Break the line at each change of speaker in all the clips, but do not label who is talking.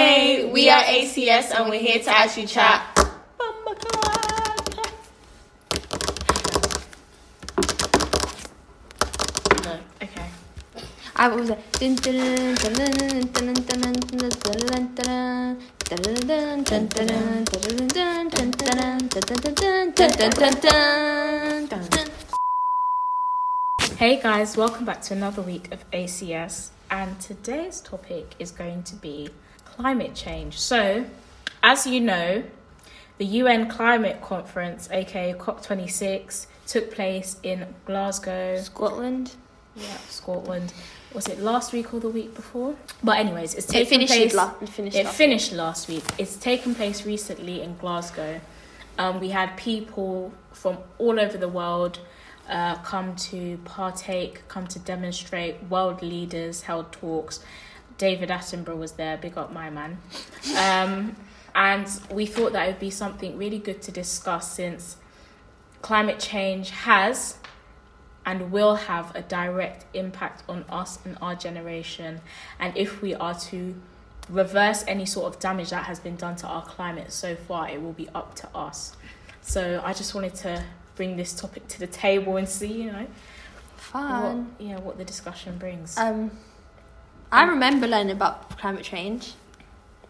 We are ACS and we're here to actually chat. No. Okay.
I was like, dun, dun, dun, dun, dun, dun, dun, dun, dun, dun, dun, dun, dun, dun, dun, dun, dun, dun, dun, dun, dun, dun, dun, dun, dun, dun, dun.
Hey guys, welcome back to another week of ACS, and today's topic is going to be climate change. So, as you know, the UN Climate Conference, aka COP26, took place in Glasgow,
Scotland.
yeah, Scotland. Was it last week or the week before? But anyways, it's taken
It finished
place.
la- it finished
It
last
finished last week. It's taken place recently in Glasgow. Um, we had people from all over the world uh, come to partake, come to demonstrate. World leaders held talks. David Attenborough was there. Big up, my man. Um, and we thought that it would be something really good to discuss since climate change has and will have a direct impact on us and our generation, and if we are to reverse any sort of damage that has been done to our climate so far, it will be up to us. So I just wanted to bring this topic to the table and see, you know, what,
Fun.
yeah, what the discussion brings.
Um, I
Um,
remember learning about climate change.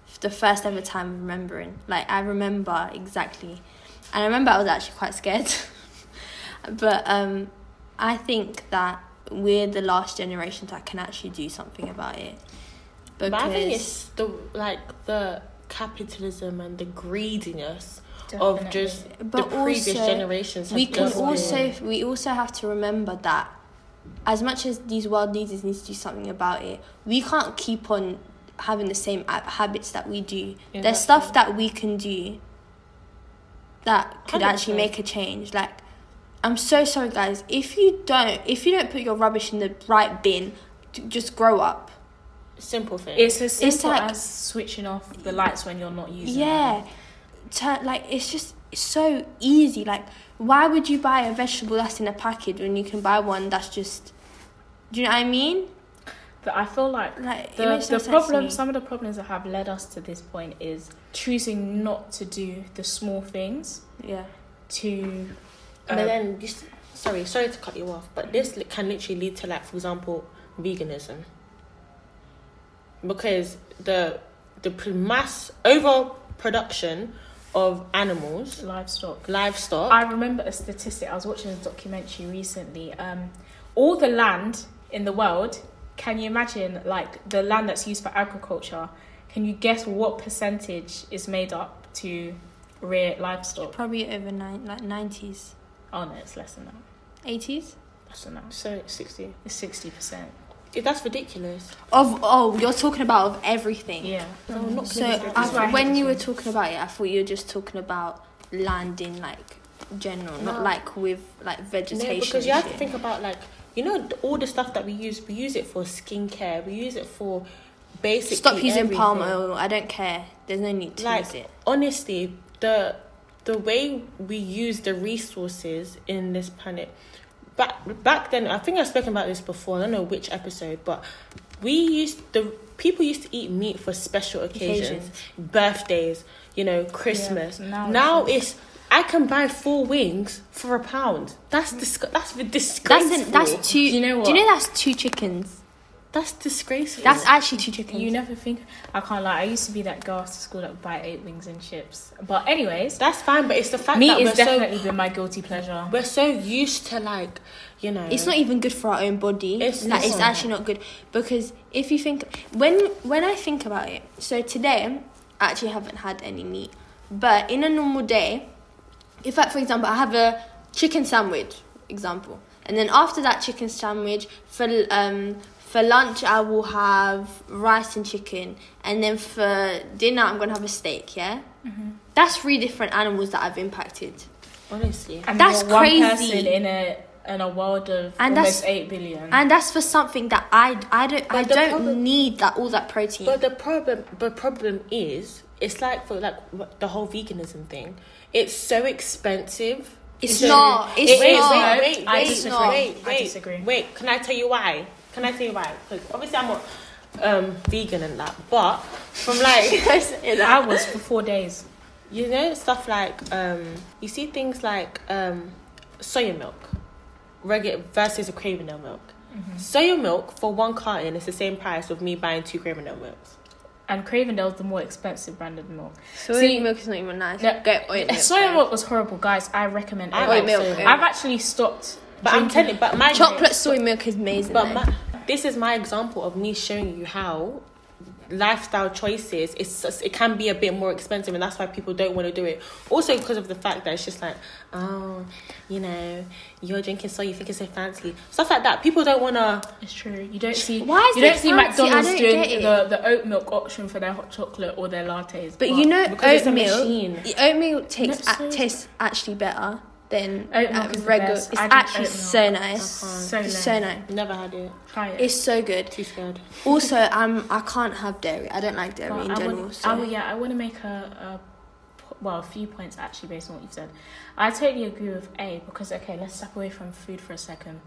F- The first ever time remembering, like I remember exactly, and I remember I was actually quite scared. but um, I think that we're the last generation that can actually do something about it. Because
But I think it's the like the capitalism and the greediness of just
But
the previous
also,
generations. have
we can
just been-
also we also have to remember that as much as these world leaders need to do something about it we can't keep on having the same ha- habits that we do there's stuff that we can do that could actually
100%.
make a change like i'm so sorry guys if you don't if you don't put your rubbish in the right bin d- just grow up
simple thing.
it's as simple
like-
as switching off the lights when you're not using them.
Yeah. Tur- like it's just so easy. Like why would you buy a vegetable that's in a package when you can buy one that's just do you know what I mean?
But I feel like
Like it
the,
makes no sense
the
to
problem
me.
some of the problems that have led us to this point is choosing not to do the small things
Yeah.
to
but
uh,
Um,
then just sorry, sorry to cut you off, but this li- can literally lead to like, for example, veganism, because the the pr- mass overproduction of animals,
livestock
livestock.
I remember a statistic. I was watching a documentary recently. Um, all the land in the world, can you imagine, like the land that's used for agriculture? Can you guess what percentage is made up to rear livestock?
Probably over nine like nineties.
Oh no, it's less than that.
Eighties?
Less than that.
so sixty.
It's sixty percent.
Yeah, that's ridiculous.
Of oh, you're talking about of everything.
Yeah.
No, Oh, I'm not
So
gonna do
I,
this.
why I hate
when
this
you were
one.
talking about it, I thought you were just talking about land in like general, not
No.
like with like vegetation.
No, because
and
you have to
shit.
think about like you know th- all the stuff that we use. We use it for skincare. We use it for basic.
Stop using palm oil. I don't care. There's no need to
Like
use it.
honestly, the the way we use the resources in this planet. Back back then, I think I've spoken about this before. I don't know which episode, but we used the people used to eat meat for special occasions, birthdays, you know, Christmas.
Yeah, now it's
now
like-
it's. I can buy four wings for a pound. That's disg- that's disgraceful.
That's an, that's two.
you know
Do you
what?
know that's two chickens?
That's disgraceful.
That's actually two chickens.
You never think. I can't lie. I used to be that girl after school that would buy eight wings and chips. But anyways,
that's fine, but it's the fact that
meat
we're
has
so
definitely been my guilty pleasure.
we're so used to like, you know,
it's not even good for our own body.
It's
Like, it's
not.
actually not good because if you think when when I think about it, so today I actually haven't had any meat, but in a normal day, in fact, for example, I have a chicken sandwich, example, and then after that chicken sandwich for um for lunch I will have rice and chicken, and then for dinner I'm gonna have a steak. Yeah,
Mm-hmm.
that's three different animals that I've impacted.
honestly.
And
That's
you're one
crazy.
person in a in a world of
And that's-
almost eight billion.
and that's for something that I I don't I
the
don't
problem-
need that all that
Mm.
protein.
But the problem, but problem is, it's like for like wh- the whole veganism thing. It's so expensive.
It's
So-
not. It's
It is,
not.
Wait, wait,
I
wait,
disagree.
wait,
I
wait,
disagree.
Wait, can I tell you why? Can I tell you why? Because obviously I'm not. um, vegan and that, but from like
I was for four days.
you know stuff like um, you see things like um, soya milk, regular versus a Cravenel milk.
Mm-hmm.
Soya milk for one carton is the same price with me buying two Cravenel milks.
And Cravendale's the more expensive brand of milk.
Soy
See-
milk is not even nice.
No,
Get oil milk.
Soy
then.
milk was horrible, guys. I recommend
I
oat
like
milk.
milk,
soya
yeah.
I've actually stopped.
But I'm
drinking-
telling, but my
Chocolate soy milk is amazing.
But
though.
my, this is my example of me showing you how lifestyle choices it's just- it can be a bit more expensive and that's why people don't want to do it also because of the fact that it's just like oh you know you're drinking so you think it's so fancy stuff like that people don't want to
It's true. You don't see.
Why is
you
it
don't see
fancy? I
McDonald's
don't
doing
get it.
the, the oat milk option for their hot chocolate or their lattes.
But you know,
because it's a
oatmeal.
machine.
y- Oatmeal tastes
No,
a-
so-
tastes actually better than
Oat milk is the
regular.
best.
It's
I Uh-huh. drink
actually
oat milk.
so nice.
so
It's
lame.
so nice.
never had it
try it.
It's so good.
too scared
Also, I'm I can't have dairy. I don't like dairy
Well,
in
I
general.
wanna-
so.
I would- yeah, I want to make a, a po- well a few points actually based on what you've said. I totally agree with A because okay, let's step away from food for a second.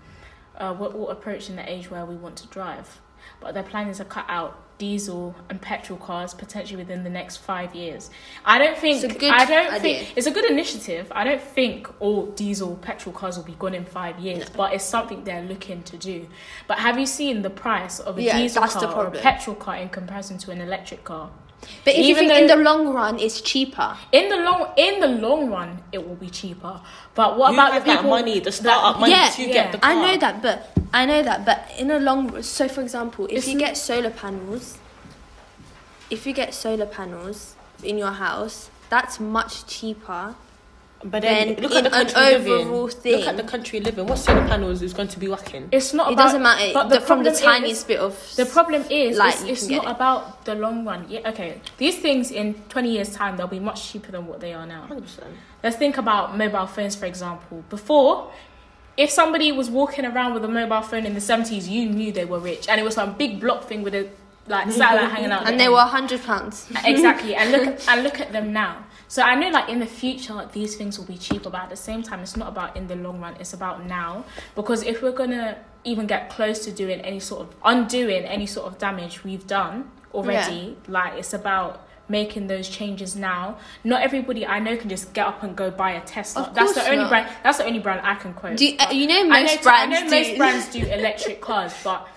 Uh, we're all approaching the age where we want to drive, but their plan is to cut out diesel and petrol cars potentially within the next five years. I don't think
It's a good
I don't
idea.
think it's a good initiative. I don't think all diesel petrol cars will be gone in five years, but it's something they're looking to do. But have you seen the price of a
Yeah,
diesel
that's the
car or a
problem.
petrol car in comparison to an electric car?
but if you
even
think in
though-
the long run, it's cheaper.
In the long in the long run, it will be cheaper. But what
Who
about
has
the people
that money the startup
that-
money
Yeah,
to
yeah.
get the car
I know that, but I know that, but in the long run. So, for example, if
It's
you
n-
get solar panels, if you get solar panels in your house, that's much cheaper.
but then,
Then
look at the
in an
country living
overall
look
thing-
at the country living what solar panels is going to be working
It's not.
it
about-
doesn't matter
but
the- from the
problem is-
tiniest bit of.
The problem is,
light
it's,
you
it's
can get
not
it.
about the long run. Yeah, okay. These things in twenty years' time, they'll be much cheaper than what they are now.
100%.
Let's think about mobile phones, for example. Before, if somebody was walking around with a mobile phone in the seventies, you knew they were rich, and it was some big block thing with a like satellite hanging out. the
and they
end.
were hundred pounds.
exactly and look and look at them now so i know like in the future like, these things will be cheaper but at the same time it's not about in the long run it's about now because if we're gonna even get close to doing any sort of undoing any sort of damage we've done already like it's about making those changes now not everybody i know can just get up and go buy a tesla
Of
that's the
course
only
not.
brand that's the only brand i can quote
Do you, uh, you know
I know,
most
t-
brands
I know
do?
most brands do electric cars, but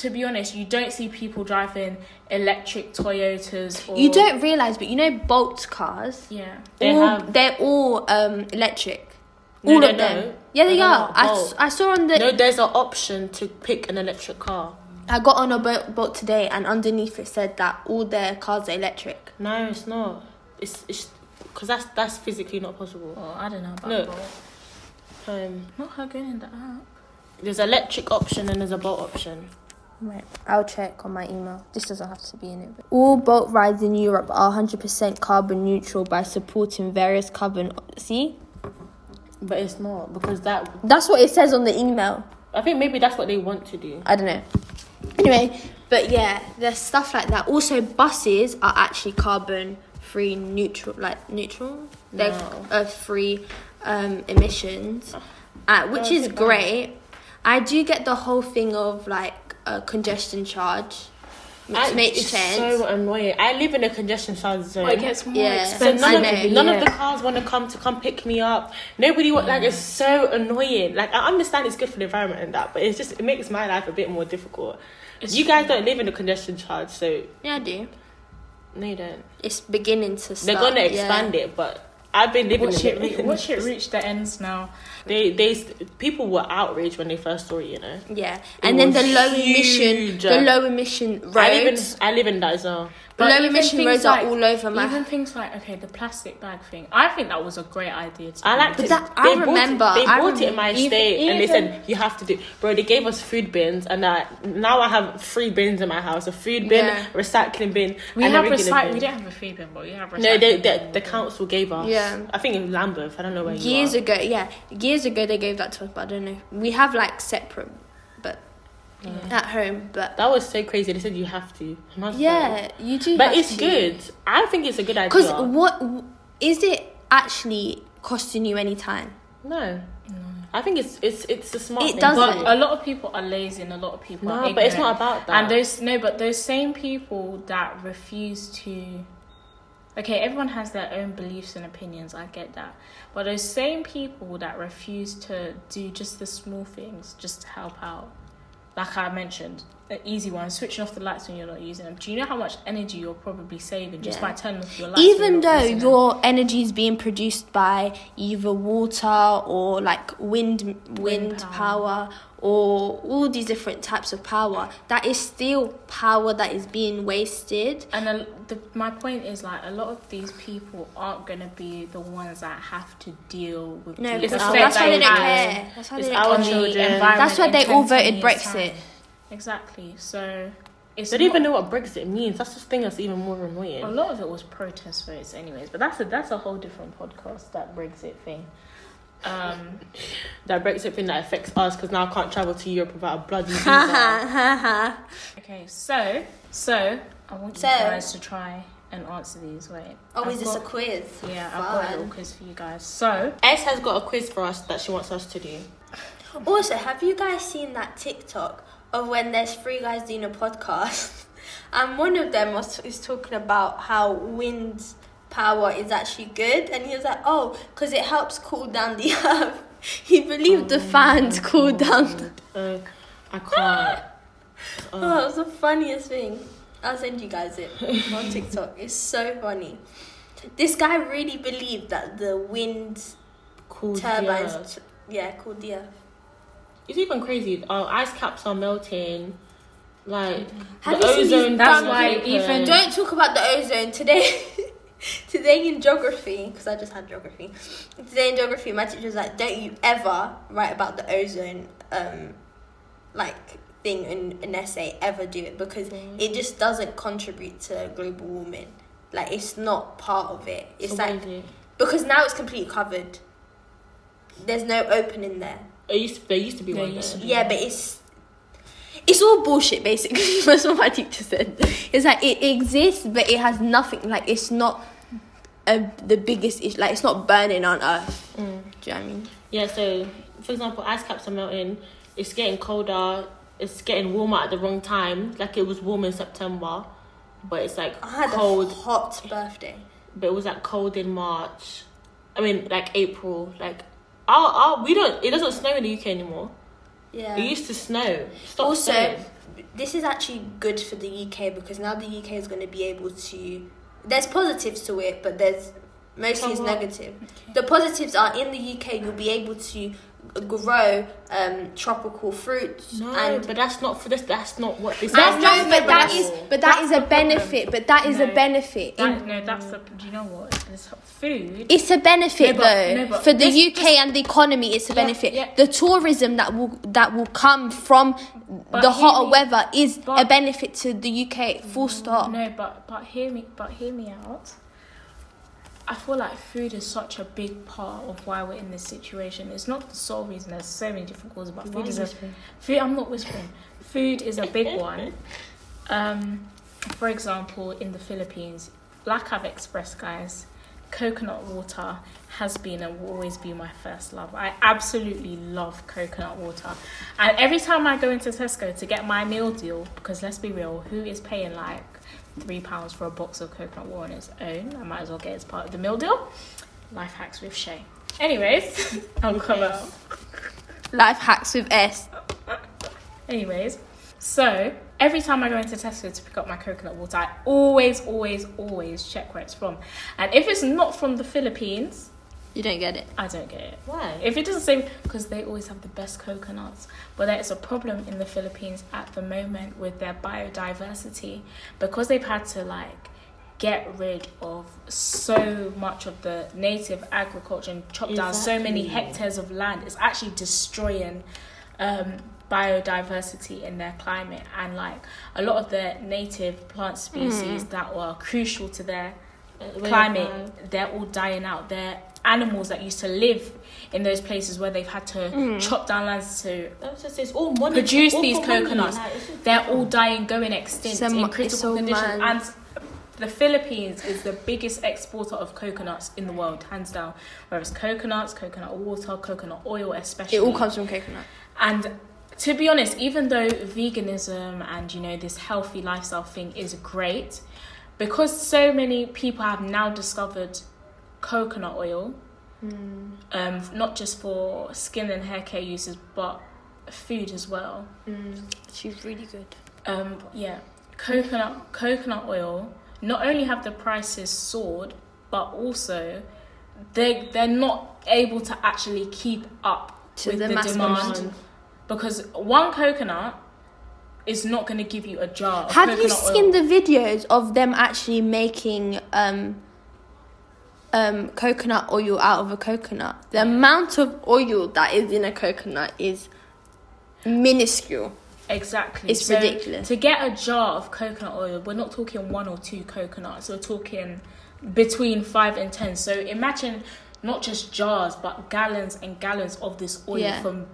to be honest, you don't see people driving electric Toyotas. Or,
you don't realize, but you know Bolt cars.
Yeah.
They
all,
have-
they're all um, electric.
No,
all
no,
of them.
no.
Yeah, they
No, no,
are.
no,
I,
Bolt.
s- I saw on the.
no there's an option to pick an electric car
I got on a boat, boat today, and underneath it said that all their cars are electric.
No, it's not. It's it's because that's that's physically not possible.
Well, I don't know about
Look.
Bolt.
Um,
Not her going in the app.
there's electric option and there's a bolt option.
Right. I'll check on my email. This doesn't have to be in it. All boat rides in Europe are 100% carbon neutral by supporting various carbon. See?
But it's not because that.
That's what it says on the email.
I think maybe that's what they want to do.
I don't know. Anyway, but yeah, there's stuff like that. Also, buses are actually carbon free neutral, like neutral. They're
No.
uh, free um, emissions, uh, which
That's
is
a bad.
great. I do get the whole thing of like a congestion charge, which
I-
makes
it's
sense.
So annoying. I live in a congestion charge zone.
Well, it gets more
Yeah.
so
expensive.
I
none,
know,
of, none
yeah.
of the cars want to come to come pick me up. Nobody want like it's so annoying. Like I understand it's good for the environment and that, but it's just it makes my life a bit more difficult.
It's
you guys don't live in a congestion charge, so
yeah, I do.
no, you don't.
It's beginning to. Start.
They're gonna
yeah.
expand it, but I've been living
Watch
in
it,
it.
re- watch it reach the ends now.
They they people were outraged when they first saw it, you know.
Yeah, and then the
was
low emission,
huge. uh,
the low emission roads.
I live in I live in that as well.
Low
even
emission
things
roads are all over my-
Even things like okay, the plastic bag thing. I think that was a great idea. To
I
do.
like
But
to.
that- I remember,
Bought it, they
I
bought it in my
remember.
state, and they
Even-
said you have to do. Bro, they gave us food bins, and I, now I have three bins in my house: a food bin,
Yeah.
recycling bin,
We
and
have
a regular
recycling.
bin.
We don't have a food bin, but we have recycling.
no, they, they,
bin.
the council gave us.
Yeah.
I think in Lambeth. I don't know where you
years
are.
ago yeah years ago they gave that to us but i don't know we have like separate but at home but
That was so crazy. They said you have to. And I was like,
yeah you do
but
have
it's
to.
good. I think it's a good idea.
because what is it actually costing you any time
No. I think it's it's it's a smart.
It
thing.
does
But-
it.
But a lot of people are lazy, and a lot of people are
No,
ignorant.
but it's not about that.
And those no, but those same people that refuse to. Okay, everyone has their own beliefs and opinions. I get that, but those same people that refuse to do just the small things, just to help out, like I mentioned, an easy one: switching off the lights when you're not using them. Do you know how much energy you're probably saving just
Yeah.
by turning off your lights? when
even
you're not
though
using them?
your energy is being produced by either water or like wind wind, power.
power.
or all these different types of power that is still power that is being wasted
And a, the, my point is like a lot of these people aren't gonna be the ones that have to deal with.
no
the
it's
It's
our,
affect
that's why they
our
don't
lives.
care that's why they
It's
don't
our
care.
on the
children.
environment
That's why
in
they all
10,
voted
20 years'
Brexit.
time. Exactly. So it's
They don't even
not-
know what Brexit means. That's the thing that's even more annoying.
a lot of it was protest votes, anyways. But that's a that's a whole different podcast. That Brexit thing. Um,
That Brexit thing that affects us because now I can't travel to Europe without a bloody visa.
okay, so so I want
So-
you guys to try and answer these. Wait.
oh is
I've
this a
got-
quiz
Yeah, I've got a little
Fun.
quiz for you guys. So
S has got a quiz for us that she wants us to do.
Also, have you guys seen that TikTok of when there's three guys doing a podcast, and one of them was is talking about how wind power is actually good, and he was like, "Oh, because it helps cool down the earth." He believed the fans cool down. The-
Oh Uh, I can't.
oh, it was the funniest thing. I'll send you guys it on TikTok. It's so funny. This guy really believed that the wind
Cool.
turbines,
Turbines.
yeah, cooled the earth.
It's even crazy. Our ice caps are melting. Like
Have
the
you seen these
ozone.
That's
depth
why
is open.
even-
And don't talk about the ozone today. today in geography, because I just had geography. Today in geography, my teacher was like, "Don't you ever write about the ozone, um, like thing in an essay. Ever do it because
Mm.
it just doesn't contribute to global warming. Like it's not part of it. It's
So what
like
is it?
because now it's completely covered. There's no opening there.
It used to, there used to be
There
one
used
there.
to
Yeah, but it's it's all bullshit basically. That's what my teacher said. It's like it exists, but it has nothing. Like it's not a, the biggest issue. Like it's not burning on Earth. Do you know what I mean?
Yeah, so for example, ice caps are melting. It's getting colder. It's getting warmer at the wrong time. Like it was warm in September, but it's like
I had
cold.
a hot birthday.
but it was like cold in March. I mean, like April. Like, our, our, we don't. It doesn't snow in the UK anymore.
Yeah.
It used to snow. Stop
also,
snowing.
this is actually good for the UK because now the UK is going to be able to. There's positives to it, but there's mostly it's
Somewhat.
negative. The positives are in the UK you'll be able to grow um, tropical fruits
no,
and
but that's not for this. That's not what this.
That's
is.
no, but that is but that is
That's
a
the problem.
benefit. But that is a
No.
benefit.
that, no, that's the. Do you know what? This food.
it's a benefit
No, but-
though
no, but
for the
this-
UK and the economy. It's a
Yeah,
benefit.
yeah.
The tourism that will that will come from
But
the
hear
hotter
me-
weather is a
but- Mm,
benefit to the UK. Full stop.
No, but but hear me, but hear me out. I feel like food is such a big part of why we're in this situation. It's not the sole reason. There's so many different causes, but
Why
food is
you
a food. I'm not whispering. Food is a big one. Um, for example, in the Philippines, like I've expressed, guys, coconut water has been and will always be my first love. I absolutely love coconut water. And every time I go into Tesco to get my meal deal, because let's be real, who is paying like three pounds for a box of coconut water on its own? I might as well get it as part of the meal deal. Life hacks with Shay. Anyways, I'll come out.
Life hacks with S.
Anyways, so every time I go into Tesco to pick up my coconut water, I always, always, always check where it's from. And if it's not from the Philippines,
You don't get it.
I don't get it.
Why?
If it doesn't say, because they always have the best coconuts, but there is a problem in the Philippines at the moment with their biodiversity because they've had to like get rid of so much of the native agriculture and chop down so many
Exactly.
hectares of land. It's actually destroying um, biodiversity in their climate and like a lot of the native plant species that were crucial to their climate,
uh,
they're all dying out. They're animals that used to live in those places where they've had to
Mm.
chop down lands to.
That's just it's all money.
Produce
all
these
for money,
coconuts.
like, it's just-
They're all dying, going extinct
So mu-
in
it's so
critical conditions.
mad.
And The Philippines is the biggest exporter of coconuts in the world, hands down. Whereas coconuts, coconut water, coconut oil, especially.
It all comes from coconut.
And to be honest, even though veganism and you know this healthy lifestyle thing is great, because so many people have now discovered coconut oil, um, not just for skin and hair care uses, but food as well.
She's really good.
Um, yeah, coconut coconut oil. Not only have the prices soared, but also they they're not able to actually keep up
To
with
the
the,
mass
demand
demand.
because one coconut is not going to give you a jar. Of
Have you
coconut oil.
seen the videos of them actually making um, um, coconut oil out of a coconut? The amount of oil that is in a coconut is minuscule.
Exactly.
It's ridiculous.
To get a jar of coconut oil, we're not talking one or two coconuts. We're talking between five and ten. So imagine not just jars, but gallons and gallons of this oil
Yeah.
from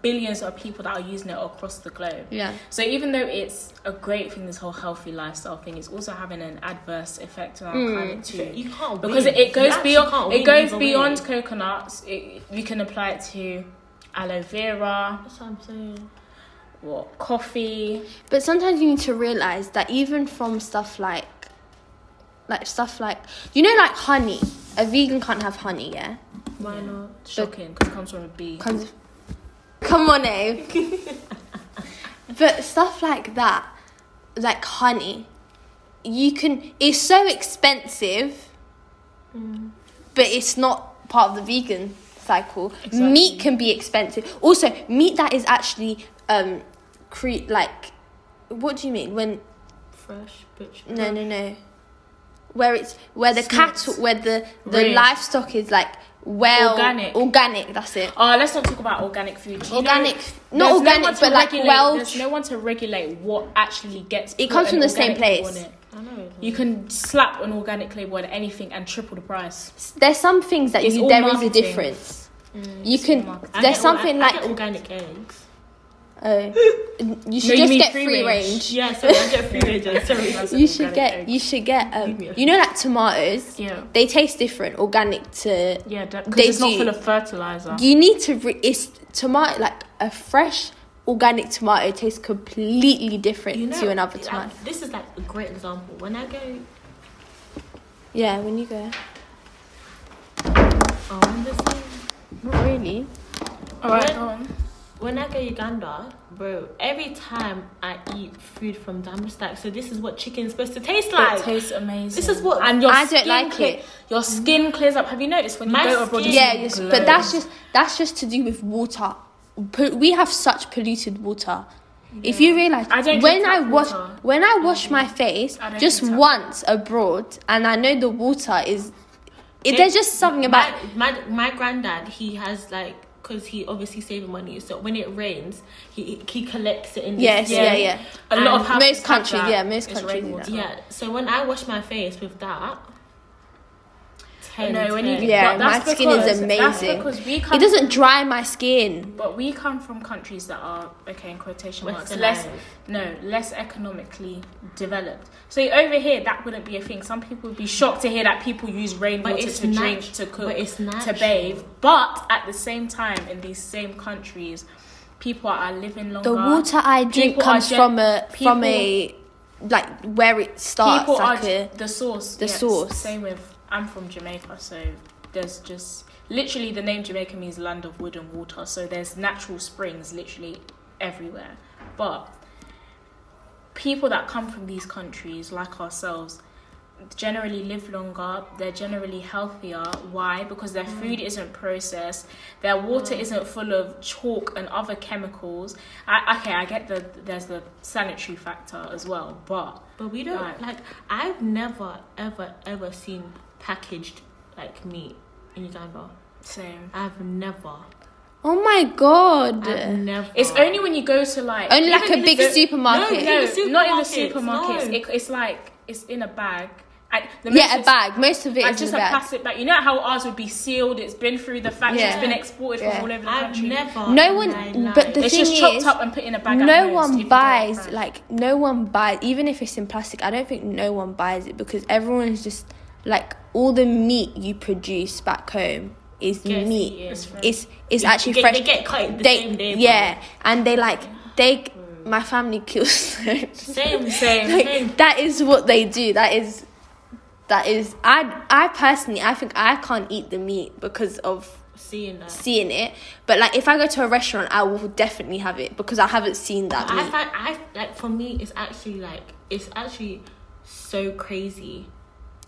billions of people that are using it across the globe.
Yeah.
So even though it's a great thing, this whole healthy lifestyle thing, it's also having an adverse effect on our
Mm.
planet too
You can't
because
win.
it, it
You
goes
actually can't
beyond it
win
goes
either
beyond
way.
coconuts. It, we can apply it to aloe vera,
That's what I'm saying.
what coffee.
But sometimes you need to realize that even from stuff like, like stuff like, you know, like honey. A vegan can't have honey, yeah.
Why not?
Shocking because it comes from a bee.
Cons- Come on, Abe. but stuff like that, like honey, you can. It's so expensive,
Mm.
but it's not part of the vegan cycle. Meat can be expensive. Also, meat that is actually um, cre- like, what do you mean when?
Fresh bitch.
No, no, no. Where it's where the
Snacks.
cattle, where the the
Real.
livestock is like well
Organic.
Organic. That's it.
Oh, let's not talk about organic food. You
Organic-
know,
not
there's
organic,
one to
but, like,
regulate-
well-
There's no one to regulate what actually gets.
It
put
comes from
an
the same
organic label
place.
on it.
I know.
You can slap an organic label on anything and triple the price.
there's some things that
It's
you
all
there is a
marketing. Mm,
difference. you
it's all
can
marketing.
I
there's
get all-
something
I- I
like
get organic eggs.
oh, you should
you
just
mean
get
free
free
range.
range.
Yeah, sorry, I get free range. Sorry.
You should
organic
get
eggs.
you should get um,
Leave me alone.
you know like tomatoes.
Yeah.
They taste different organic to.
Yeah, because
They
it's not
do.
full of fertilizer.
You need to re- it's tomato like a fresh organic tomato tastes completely different to another
I-
tomato.
this is like a great example. When I go
yeah, when you go.
on oh, this thing,
Not really.
All right,
When-
go on.
when I go Uganda, bro, every time I eat food from them, I'm just like, so this is what chicken's supposed to taste like.
it tastes amazing.
This is what-
and your
I don't
skin
like
cle-
it.
Your skin clears up. Have you noticed when
My
you go abroad?
skin-
Yeah,
your
yes,
skin
but that's
glows?
just that's just to do with water. Po- We have such polluted water. If you realize,
I don't
when
drink
I
tap
wash
water.
when I wash my face
I don't
just
drink tap.
once abroad, and I know the water is. It, there's just something about
my, my my granddad. He has like because he obviously saving money. So when it rains, he he collects it in. this
Yes,
thing.
yeah, yeah.
A lot
And
of houses
most
have
countries,
that.
yeah, most
It's
countries do
rainwater.
that.
Yeah. So when I wash my face with that, ten.
No, when you
ten.
do
Yeah,
but that's
my skin is
because-
amazing.
That's because we come
It doesn't dry my skin.
But we come from countries that are okay in quotation marks
Westernised.
less no less economically developed. So over here that wouldn't be a thing. Some people would be shocked to hear that people use rainwater
it's
to drink,
nat-
to cook,
but it's
to
natural.
bathe. But at the same time, in these same countries, people are living longer.
The water I drink
People are
comes
gen-
from a from
people-
a like where it starts.
people
Like
are
a,
the source.
the
yes.
source.
Same with I'm from Jamaica, so there's just literally the name Jamaica means land of wood and water. So there's natural springs literally everywhere. But people that come from these countries, like ourselves, generally live longer. They're generally healthier. Why? Because their food isn't processed. Their water isn't full of chalk and other chemicals. I, okay, I get the there's the sanitary factor as well, but
But we don't
Right.
like. I've never ever ever seen packaged like meat in Uganda.
Same.
I've never.
oh my god!
I've never.
It's only when you go to like
Only like
even
a
if
big
it's-
supermarket.
no,
Even
no, not in the
supermarkets,
supermarkets.
no.
It, it's like it's in a bag I, the
yeah, a
message-
bag. Most of it
Like
is
just
in
a
a bag.
plastic bag. You know how ours would be sealed. It's been through the factory. It's
Yeah.
been exported
Yeah.
from all over the
I've
country.
never.
No
in
one-
my life-
but the
it's just
thing
chopped
is,
up and put in a bag. at
No
most, if you
one
don't
buys
have-
like no one buys even if it's in plastic. I don't think no one buys it because everyone's just like all the meat you produce back home is
Gets
meat.
eaten. It's fresh.
It's it's
They
actually
get-
fresh.
They get cut the
They-
same day. bro. Mm.
yeah, and they like they. My family kills them.
Same,
Same.
same, same.
like, that is what they do. That is that is I I personally I think I can't eat the meat because of
Seeing that.
seeing it. But like if I go to a restaurant, I will definitely have it because I haven't seen that
I
meat.
find I like for me it's actually like it's actually so crazy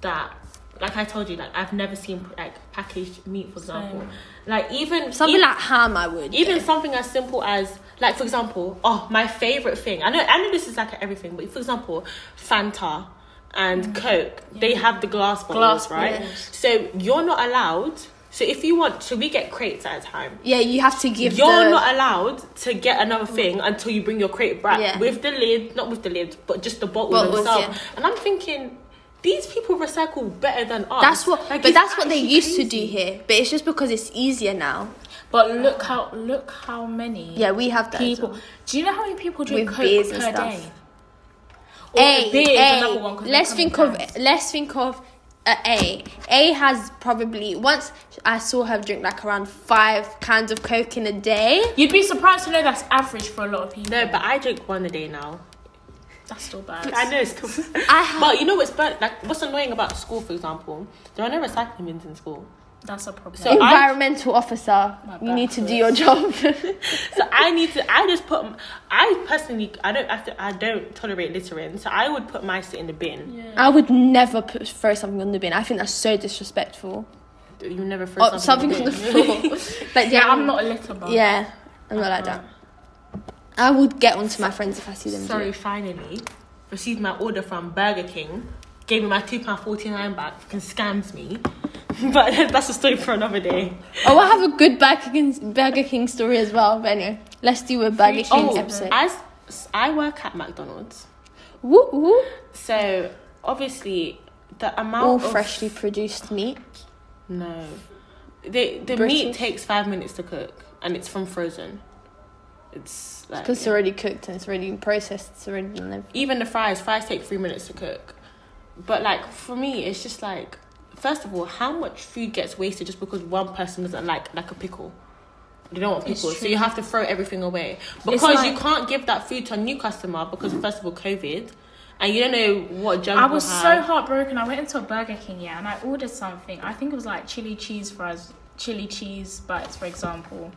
that like I told you like I've never seen like packaged meat for example like even
Something
even,
like ham, I would.
even
get.
something as simple as like for example oh my favorite thing I know I know this is like everything but for example Fanta and Coke they have the glass bottles
Glass
right
Mm. bottles.
so you're not allowed so if you want so we get crates at a time
yeah, you have to give.
you're
the, Mm.
not allowed to get another thing until you bring your crate back
Yeah.
with the lid, not with the lid, but just the bottle
Bottles,
themselves.
yeah.
And I'm thinking, these people recycle better than us.
That's what,
Like,
but
it's
that's what they
actually
used to do
crazy.
here. But it's just because it's easier now.
But look how look how many
Yeah, we have that. as
people.
well.
Do you know how many people drink
With
Coke
beers
per
and stuff.
day? Or
A,
beer is another one,
A.
'cause
Let's
they're
think
coming
of
down.
let's think of uh, A. A has probably once I saw her drink like around five cans of Coke in a day.
You'd be surprised to know that's average for a lot of people.
No, but I drink one a day now.
that's still bad.
I know it's cool.
I have-
but you know what's bad? Like, what's annoying about school, for example, there are no recycling bins in school.
That's a problem.
So- I-
Environmental officer,
My
you need to
back
do
hurts.
your job.
so I need to. I just put. I personally, I don't. I, I don't tolerate littering, so I would put my shit in the bin.
I would never put, throw something on the bin. I think that's so disrespectful.
You never throw
Or Oh, something,
in
on the
bin.
floor. like Uh, yeah,
yeah, I'm not a litter bug.
Yeah, I'm not like that. I would get onto my friends if I see them. do
Sorry,
it.
finally received my order from Burger King. Gave me my two pound forty nine back. Fucking scams me. But that's a story for another day.
Oh, I have a good Burger King, Burger King story as well. But anyway, let's do a Burger King
Oh,
episode.
as I work at McDonald's,
Woo, woo.
so obviously the amount
All
of
freshly produced meat.
no, the the meat
British.
takes five minutes to cook and it's from frozen. It's like
Because it's already cooked and it's already been processed. It's already been lived.
even the fries, fries take three minutes to cook. But like for me, it's just like first of all, how much food gets wasted just because one person doesn't like like a pickle. They don't want
It's
pickles, so
true.
you have to throw everything away because you
like-
can't give that food to a new customer because first of all, COVID, and you don't know what junk.
I
will
was so
have.
heartbroken. I went into a Burger King, yeah, and I ordered something. I think it was like chili cheese fries, chili cheese bites, for example.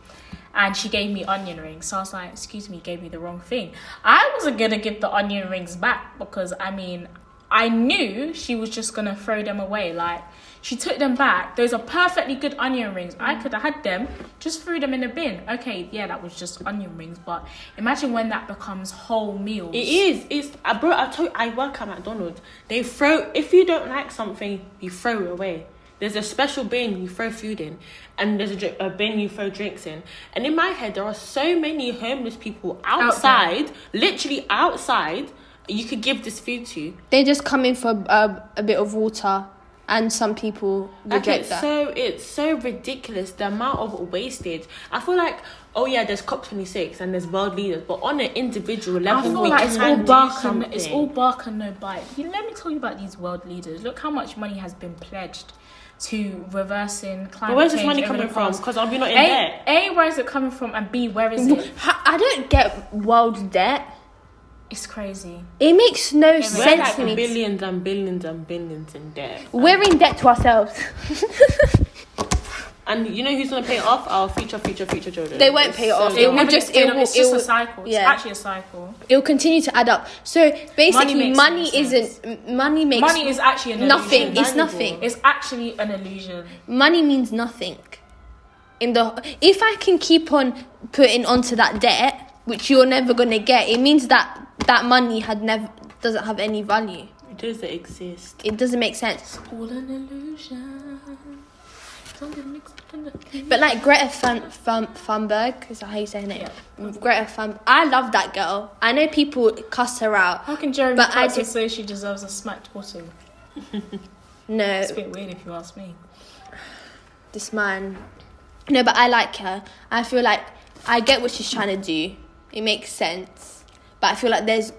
And she gave me onion rings. So I was like, excuse me, you gave me the wrong thing. I wasn't going to give the onion rings back because, I mean, I knew she was just going to throw them away. Like, she took them back. Those are perfectly good onion rings. I could have had them, just threw them in a bin. Okay, yeah, that was just onion rings. But imagine when that becomes whole meals.
It is. It's. I bro. I told you, I work at McDonald's. They throw. If you don't like something, you throw it away. There's a special bin you throw food in, and there's a, dri- a bin you throw drinks in. And in my head, there are so many homeless people outside, literally outside. You could give this food to.
They just come in for uh, a bit of water, and some people
Okay,
reject
it's
that.
so it's so ridiculous the amount of wastage. I feel like oh yeah, there's COP twenty six and there's world leaders, but on an individual
I
level,
feel
we
like it's all
can do
bark and
something.
it's all bark and no bite. You let me tell you about these world leaders. Look how much money has been pledged to reversing
But
climate
where's this
change.
money
over the
coming from?
past-
Because are we not in debt?
A, a, where is it coming from? And B, where is it?
Ha- I don't get world debt.
It's crazy.
It makes no
makes
We're
sense
like
to me.
billions and billions and billions in debt.
We're in debt to ourselves.
And you know who's gonna pay it off? Our future, future, future children.
They won't
It's
pay it off.
so
It
dumb.
will
never
just-
gets paid
it
off.
will-
it's just
it
a
will-
cycle. It's
yeah.
actually a cycle.
It'll continue to add up. So basically, money,
makes no sense.
isn't m- money makes
Money is actually an
nothing.
Illusion.
It's nothing.
It's actually an illusion.
money means nothing in the if i can keep on putting onto that debt which you're never going to get it means that that money had never doesn't have any value
It doesn't exist.
it doesn't make sense
All an illusion. Something mixed up in the-
but like greta Thun, Thun, thunberg is that how you say her name greta thunberg i love that girl i know people cuss her out
How can Jeremy
But I
Clarkson
just-
say she deserves a smacked bottle?
No,
It's a bit weird if you ask me.
this man. No, but I like her. I feel like I get what she's trying to do. It makes sense. But I feel like there's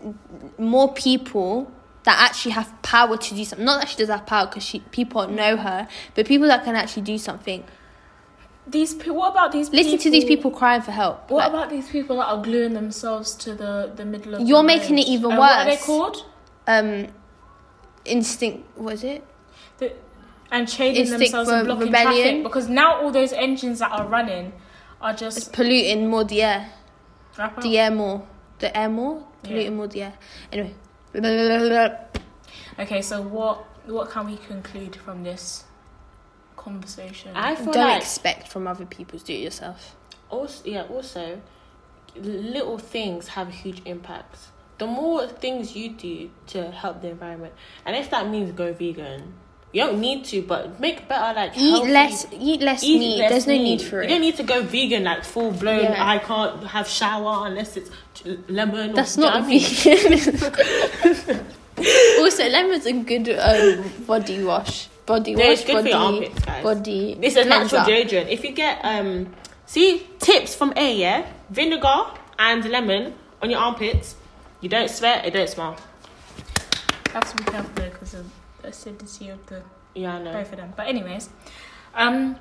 more people that actually have power to do something. Not that she does have power because she people know her, but people that can actually do something.
These pe- what about these?
Listen to these people crying for help.
What
Like,
about these people that are gluing themselves to the, the middle of? the
You're making
road?
it even
And What are they
worse.
called?
um, instinct? What is it?
The, and shading
Instinct
themselves and
for
blocking
rebellion.
traffic because now all those engines that are running are
It's
just
polluting more the air.
wrap
Oh.
up.
The air more. The air more. Polluting more the air. Anyway.
Okay, so what what can we conclude from this conversation?
I feel
Don't
like
expect from other people to do it yourself.
also yeah also little things have huge impacts the more things you do to help the environment and if that means go vegan you don't need to but make better like
Eat
healthy-
less. Eat less
eat
meat.
less
There's no need
meat.
for
you
it.
don't need to go vegan like full blown
Yeah.
i can't have shower unless it's lemon
That's
or, do you know
not
what I mean?
vegan. also, lemon's a good um, body wash. Body
No, it's
wash.
good for
body.
your armpits, guys.
Body.
It's a natural
cleanser.
deodorant. If you get um, see tips from A, yeah, vinegar and lemon on your armpits, you don't sweat, it don't smell.
have to be careful though because of the acidity of the
Yeah, I know.
both of them. But anyways, um,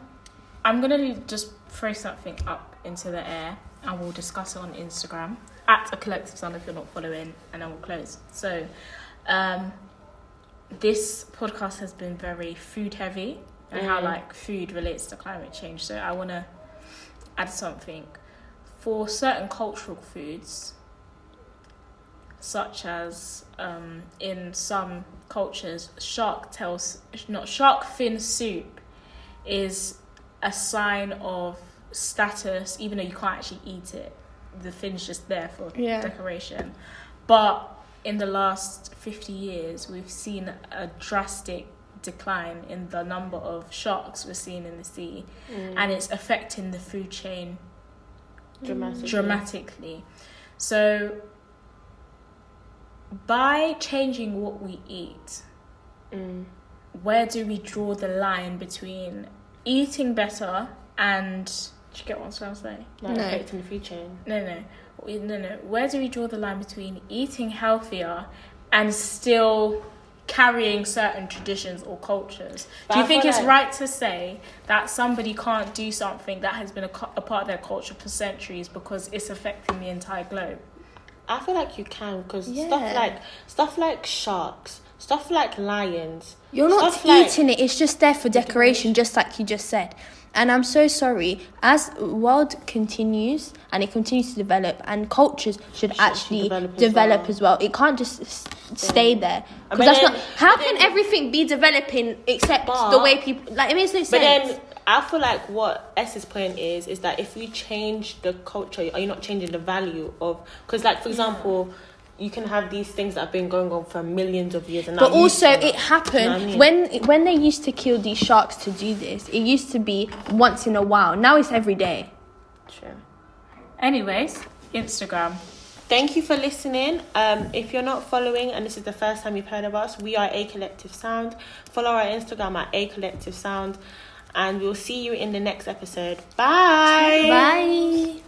I'm gonna just throw something up into the air and we'll discuss it on Instagram at a collective sound if you're not following, and then we'll close. So, um, this podcast has been very food heavy and how
Mm.
like food relates to climate change. So I wanna add something for certain cultural foods. Such as um, in some cultures, shark tails, not shark fin soup, is a sign of status, even though you can't actually eat it. The fin's just there for
Yeah.
decoration. But in the last 50 years, we've seen a drastic decline in the number of sharks we're seeing in the sea, and it's affecting the food chain
Dramatic.
dramatically. So, by changing what we eat,
Mm.
where do we draw the line between eating better and do you get what I'm trying to say?
Like
No.
affecting the food chain.
No, no, We- no, no. Where do we draw the line between eating healthier and still carrying certain traditions or cultures?
But
do you
I
think
feel
it's
like-
right to say that somebody can't do something that has been a, cu- a part of their culture for centuries because it's affecting the entire globe?
I feel like you can because
Yeah.
stuff like stuff like sharks, stuff like lions.
You're not
stuff like-
eating it, it's just there for decoration, just like you just said. And I'm so sorry. As world continues and it continues to develop, and cultures should
should
actually develop,
develop
as,
as
well.
well.
It can't just s- stay there
I
because
mean,
that's
then-
not. How
but
can
then-
everything be developing except
But-
the way people like? It makes no sense.
But then I feel like what S's point is is that if you change the culture, are you not changing the value of? Because like for example, you can have these things that have been going on for millions of years, and
But
now you
also,
can-
it
You know
happened
what I mean?
when when they used to kill these sharks to do this. It used to be once in a while. Now it's every day.
True.
Anyways, Instagram.
Thank you for listening. Um, if you're not following and this is the first time you've heard of us, we are A Collective Sound. Follow our Instagram at A Collective Sound, and we'll see you in the next episode. Bye.
Bye.